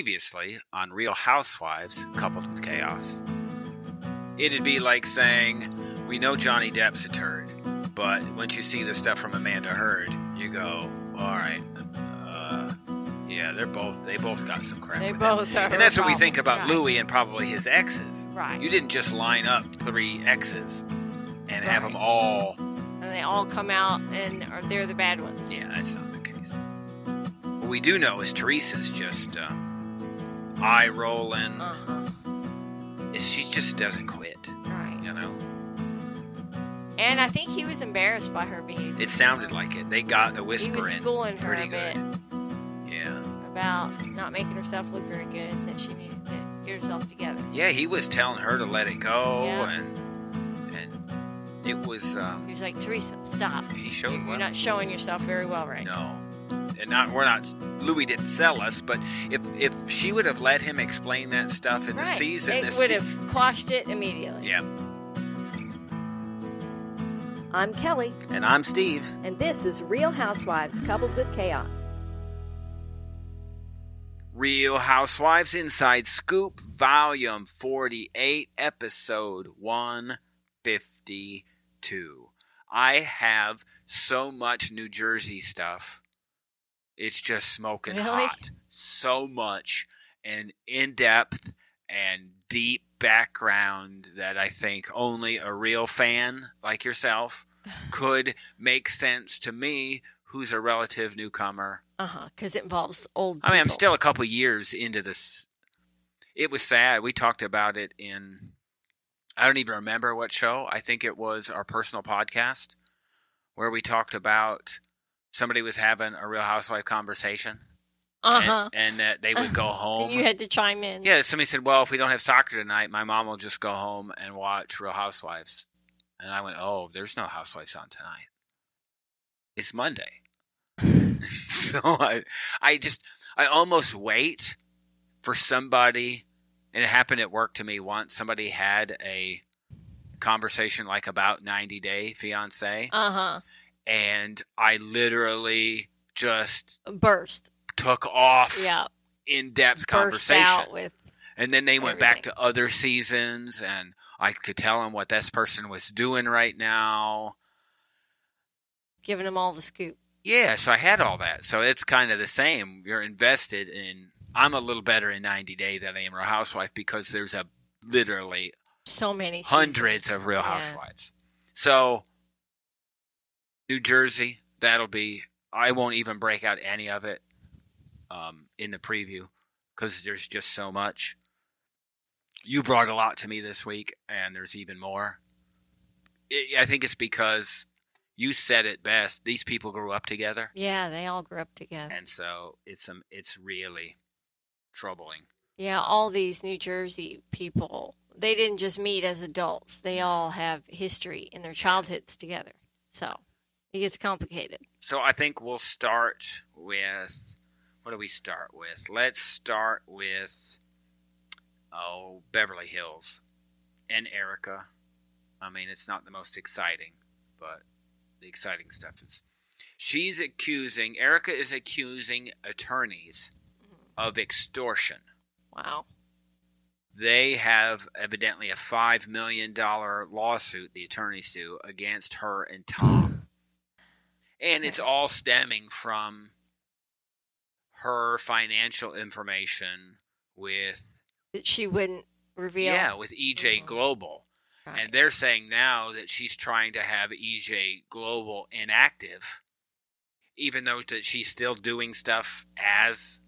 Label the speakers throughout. Speaker 1: previously on Real Housewives coupled with chaos. It'd be like saying, We know Johnny Depp's a turd, but once you see the stuff from Amanda Heard, you go, All right, uh, yeah, they're both, they both got some crap.
Speaker 2: They
Speaker 1: with them."
Speaker 2: both are.
Speaker 1: And that's what we think about
Speaker 2: right.
Speaker 1: Louis and probably his exes.
Speaker 2: Right.
Speaker 1: You didn't just line up three exes and have 'em have
Speaker 2: Right.
Speaker 1: them all.
Speaker 2: and they all come out and are they're the bad ones.
Speaker 1: Yeah, that's not the case. What we do know is Teresa's just um, eye rolling.
Speaker 2: Uh-huh.
Speaker 1: She just doesn't quit,
Speaker 2: Right.
Speaker 1: you know?
Speaker 2: And I think he was embarrassed by her behavior.
Speaker 1: It sounded like it. They got the
Speaker 2: He was
Speaker 1: whispering
Speaker 2: schooling her
Speaker 1: pretty
Speaker 2: a
Speaker 1: good.
Speaker 2: bit
Speaker 1: Yeah.
Speaker 2: about not making herself look very good, that she needed to get herself together.
Speaker 1: Yeah, he was telling her to let it go
Speaker 2: Yeah.
Speaker 1: and and it was
Speaker 2: He
Speaker 1: um
Speaker 2: was like, Teresa, stop.
Speaker 1: he
Speaker 2: You're,
Speaker 1: showed
Speaker 2: you're
Speaker 1: well.
Speaker 2: not showing yourself very well right now.
Speaker 1: Oh, No. And not we're not Louis didn't sell us, but if if she would have let him explain that stuff in the
Speaker 2: Right.
Speaker 1: season
Speaker 2: It
Speaker 1: this
Speaker 2: would
Speaker 1: se-
Speaker 2: have quashed it immediately.
Speaker 1: Yeah.
Speaker 2: I'm Kelly,
Speaker 1: And I'm Steve.
Speaker 2: and this is Real Housewives Coupled with Chaos.
Speaker 1: Real Housewives Inside Scoop, Volume 48, Episode 152. I have so much New Jersey stuff. It's just smoking
Speaker 2: Really?
Speaker 1: hot. So much and in depth and deep background that I think only a real fan like yourself could make sense to me, who's a relative newcomer.
Speaker 2: Uh huh. Because it involves old.
Speaker 1: I mean, I'm
Speaker 2: people.
Speaker 1: still a couple years into this. It was sad. We talked about it in, I don't even remember what show. I think it was our personal podcast where we talked about somebody was having a real housewife conversation
Speaker 2: Uh huh.
Speaker 1: and, and that they would go home.
Speaker 2: And you had to chime in.
Speaker 1: yeah, somebody said, Well, if we don't have soccer tonight, my mom will just go home and watch Real Housewives. And I went, Oh, there's no Housewives on tonight. It's Monday. so I, I just, I almost wait for somebody, and it happened at work to me once. Somebody had a conversation like about 90 Day Fiance,
Speaker 2: Uh huh.
Speaker 1: and I literally just
Speaker 2: Burst.
Speaker 1: took off
Speaker 2: Yeah.
Speaker 1: in depth
Speaker 2: burst
Speaker 1: conversation.
Speaker 2: out with.
Speaker 1: And then they went back to other seasons, and I could tell them what this person was doing right now.
Speaker 2: Giving them all the scoop.
Speaker 1: Yeah, so I had all that. So it's kind of the same. You're invested in. I'm a little better in 90 Day than I am Real Housewife because there's a literally
Speaker 2: So many. seasons.
Speaker 1: hundreds of Real
Speaker 2: Yeah.
Speaker 1: Housewives. So New Jersey, that'll be. I won't even break out any of it um, in the preview because there's just so much. You brought a lot to me this week, and there's even more. I I think it's because you said it best. These people grew up together
Speaker 2: Yeah, they all grew up together.
Speaker 1: and so it's um, it's really troubling.
Speaker 2: Yeah, all these New Jersey people. They didn't just meet as adults. They all have history in their childhoods together. So it gets complicated.
Speaker 1: So I think we'll start with what do we start with? Let's start with oh Beverly Hills and Erica. I mean, it's not the most exciting, but the exciting stuff is she's accusing Erica is accusing attorneys of extortion.
Speaker 2: Wow.
Speaker 1: they have evidently a five million dollar lawsuit the attorneys do against her and Tom, and it's all stemming from her financial information with
Speaker 2: That she wouldn't reveal.
Speaker 1: yeah with EJ
Speaker 2: Mhm.
Speaker 1: Global,
Speaker 2: Right.
Speaker 1: and they're saying now that she's trying to have EJ Global inactive, even though that she's still doing stuff as,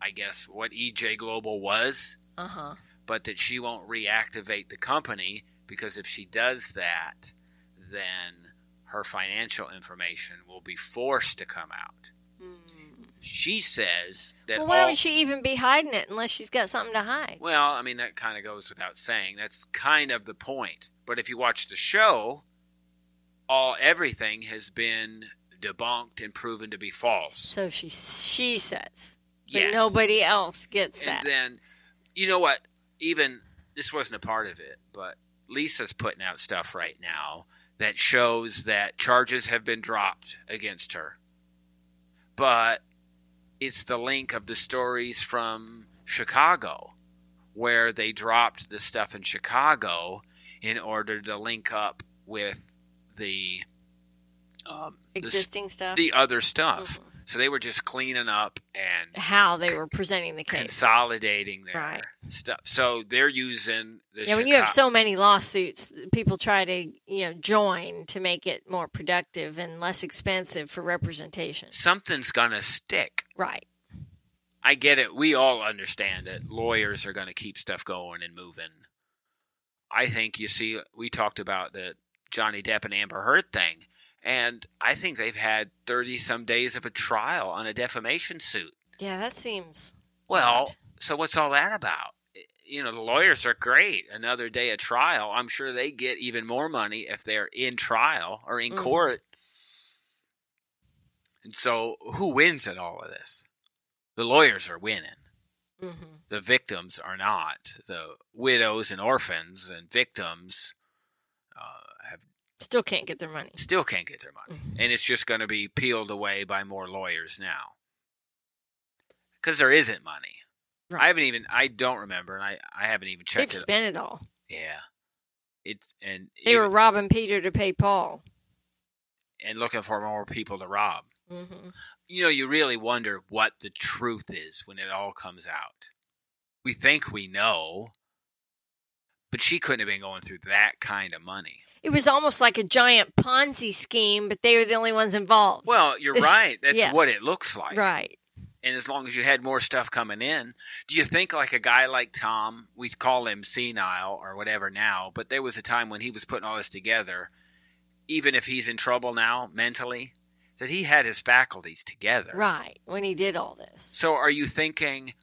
Speaker 1: I guess what EJ Global was
Speaker 2: Uh huh.
Speaker 1: but that she won't reactivate the company because if she does that, then her financial information will be forced to come out. She says that
Speaker 2: Well, why
Speaker 1: all-
Speaker 2: would she even be hiding it unless she's got something to hide?
Speaker 1: well, I mean that kind of goes without saying. That's kind of the point. But if you watch the show, all everything has been debunked and proven to be false.
Speaker 2: So she she says, but
Speaker 1: yes.
Speaker 2: nobody else gets that.
Speaker 1: And then, you know what? Even this wasn't a part of it, but Lisa's putting out stuff right now that shows that charges have been dropped against her. But it's the link of the stories from Chicago, where they dropped the stuff in Chicago in order to link up with the um, the s-
Speaker 2: Existing stuff.
Speaker 1: the other stuff.
Speaker 2: Mhm.
Speaker 1: So they were just cleaning up and
Speaker 2: How they were presenting the case.
Speaker 1: consolidating their
Speaker 2: Right.
Speaker 1: stuff. So they're using the
Speaker 2: Yeah, when you have
Speaker 1: Chica-
Speaker 2: so many lawsuits, people try to you know join to make it more productive and less expensive for representation.
Speaker 1: something's gonna stick.
Speaker 2: Right.
Speaker 1: I get it. We all understand it. Lawyers are gonna keep stuff going and moving. I think you see we talked about the Johnny Depp and Amber Heard thing, and I think they've had thirty some days of a trial on a defamation suit.
Speaker 2: Yeah, that seems
Speaker 1: Well,
Speaker 2: Right.
Speaker 1: so what's all that about? You know, the lawyers are great. Another day of trial. I'm sure they get even more money if they're in trial or in
Speaker 2: Mhm.
Speaker 1: court. And so, who wins at all of this? The lawyers are winning.
Speaker 2: hmm
Speaker 1: The victims are not. The widows and orphans and victims uh, have
Speaker 2: still can't get their money.
Speaker 1: still can't get their money.
Speaker 2: Mhm.
Speaker 1: And it's just going to be peeled away by more lawyers now. Because there isn't money.
Speaker 2: Right.
Speaker 1: I haven't even, I don't remember, and I, I haven't even
Speaker 2: They've
Speaker 1: checked it.
Speaker 2: spent it all.
Speaker 1: yeah. It, and,
Speaker 2: They were
Speaker 1: even-
Speaker 2: robbing Peter to pay Paul.
Speaker 1: and looking for more people to rob.
Speaker 2: hmm
Speaker 1: You know, you really wonder what the truth is when it all comes out. We think we know, but she couldn't have been going through that kind of money.
Speaker 2: It was almost like a giant Ponzi scheme, but they were the only ones involved.
Speaker 1: Well, you're right. That's
Speaker 2: Yeah.
Speaker 1: what it looks like.
Speaker 2: right.
Speaker 1: and as long as you had more stuff coming in, do you think like a guy like Tom, we call him senile or whatever now, but there was a time when he was putting all this together, even if he's in trouble now mentally, that he had his faculties together.
Speaker 2: Right. When he did all this.
Speaker 1: So are you thinking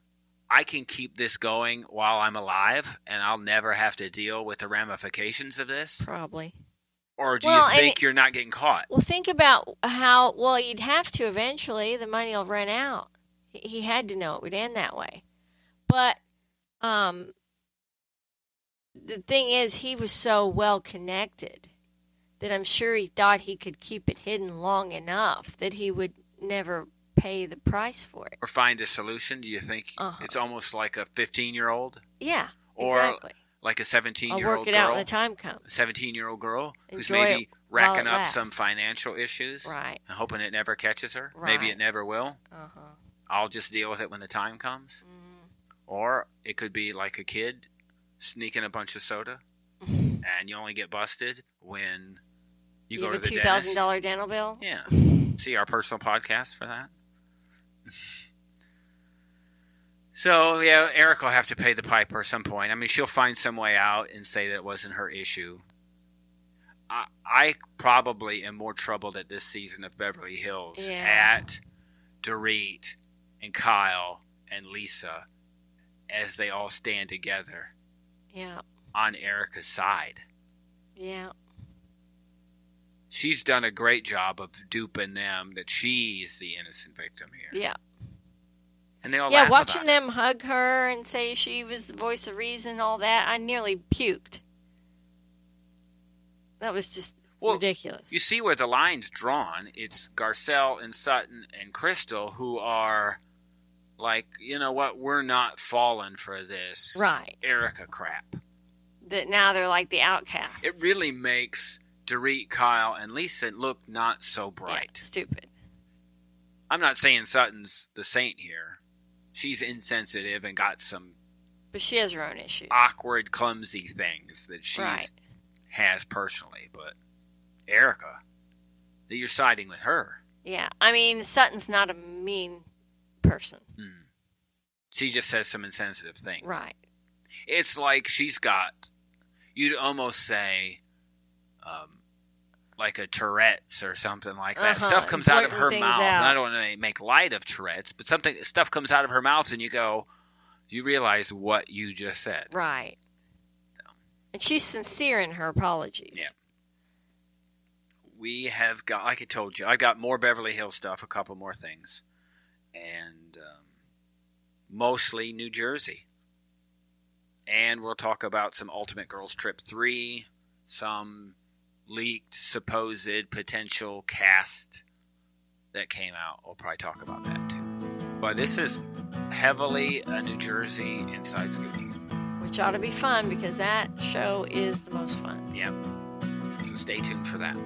Speaker 1: I can keep this going while I'm alive and I'll never have to deal with the ramifications of this?
Speaker 2: Probably.
Speaker 1: Or do
Speaker 2: Well,
Speaker 1: you
Speaker 2: and
Speaker 1: think you're not getting caught?
Speaker 2: Well, think about how, well, you'd have to eventually. The money will run out. He- He had to know it would end that way. But um, the thing is, he was so well connected that I'm sure he thought he could keep it hidden long enough that he would never pay the price for it.
Speaker 1: Or find a solution? Do you think
Speaker 2: Uh-huh.
Speaker 1: it's almost like a 15 year old,
Speaker 2: Yeah,
Speaker 1: Or
Speaker 2: exactly.
Speaker 1: like a 17
Speaker 2: I'll
Speaker 1: year old
Speaker 2: work it
Speaker 1: girl?
Speaker 2: out when the time comes.
Speaker 1: 17 year old girl who's
Speaker 2: Enjoy
Speaker 1: maybe
Speaker 2: it while
Speaker 1: racking
Speaker 2: it
Speaker 1: up some
Speaker 2: lasts.
Speaker 1: financial issues
Speaker 2: Right.
Speaker 1: and hoping it never catches her. Maybe
Speaker 2: Right.
Speaker 1: it never will.
Speaker 2: Uh huh.
Speaker 1: I'll just deal with it when the time comes.
Speaker 2: Mm-hmm.
Speaker 1: Or it could be like a kid sneaking a bunch of soda
Speaker 2: You,
Speaker 1: and you only get busted when you, go
Speaker 2: have
Speaker 1: to
Speaker 2: a
Speaker 1: the
Speaker 2: two thousand
Speaker 1: dentist.
Speaker 2: dollar dental bill.
Speaker 1: Yeah. See our personal podcast for that. So yeah, Eric will have to pay the piper at some point. I mean, she'll find some way out and say that it wasn't her issue. I, I probably am more troubled at this season of Beverly Hills
Speaker 2: Yeah.
Speaker 1: at Dorit and Kyle and Lisa as they all stand together
Speaker 2: Yeah.
Speaker 1: on Erica's side.
Speaker 2: Yeah.
Speaker 1: She's done a great job of duping them that she's the innocent victim here.
Speaker 2: Yeah.
Speaker 1: and they all
Speaker 2: yeah,
Speaker 1: laugh
Speaker 2: watching
Speaker 1: about it.
Speaker 2: them hug her and say she was the voice of reason, all that, I nearly puked. That was just
Speaker 1: Well,
Speaker 2: ridiculous.
Speaker 1: You see where the line's drawn. It's Garcelle and Sutton and Crystal who are like, you know what? We're not falling for this
Speaker 2: right.
Speaker 1: Erica crap.
Speaker 2: That now they're like the outcasts.
Speaker 1: It really makes Dorit, Kyle, and Lisa look not so
Speaker 2: Yeah,
Speaker 1: bright.
Speaker 2: stupid.
Speaker 1: I'm not saying Sutton's the saint here. She's insensitive and got some
Speaker 2: But she has her own issues.
Speaker 1: awkward, clumsy things that she
Speaker 2: right.
Speaker 1: has personally. But Erica, you're siding with her.
Speaker 2: Yeah. I mean, Sutton's not a mean person.
Speaker 1: Hmm. She just says some insensitive things.
Speaker 2: Right.
Speaker 1: It's like she's got, you'd almost say, um, like a Tourette's or something like that.
Speaker 2: Uh-huh,
Speaker 1: Stuff comes out of her
Speaker 2: important things
Speaker 1: mouth. And I
Speaker 2: out.
Speaker 1: don't want to make light of Tourette's, but something stuff comes out of her mouth, and you go, you realize what you just said.
Speaker 2: Right. And she's sincere in her apologies.
Speaker 1: Yeah. We have got, like I told you, I got more Beverly Hills stuff, a couple more things, and um, mostly New Jersey. And we'll talk about some Ultimate Girls Trip 3, some leaked, supposed, potential cast that came out. We'll probably talk about that too. but this is heavily a New Jersey inside scoop.
Speaker 2: which ought to be fun because that show is the most fun.
Speaker 1: So stay tuned for that.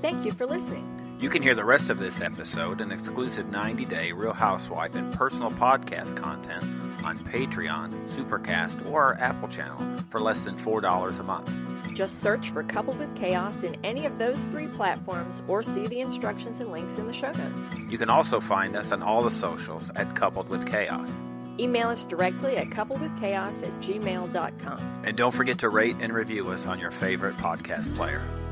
Speaker 2: Thank you for listening.
Speaker 1: You can hear the rest of this episode and exclusive 90 day Real Housewife and personal podcast content on Patreon, Supercast, or our Apple channel for less than $4 a month.
Speaker 2: Just search for Coupled with Chaos in any of those three platforms or see the instructions and links in the show notes.
Speaker 1: You can also find us on all the socials at Coupled with Chaos.
Speaker 2: Email us directly at coupledwithchaos at gmail.com.
Speaker 1: And don't forget to rate and review us on your favorite podcast player.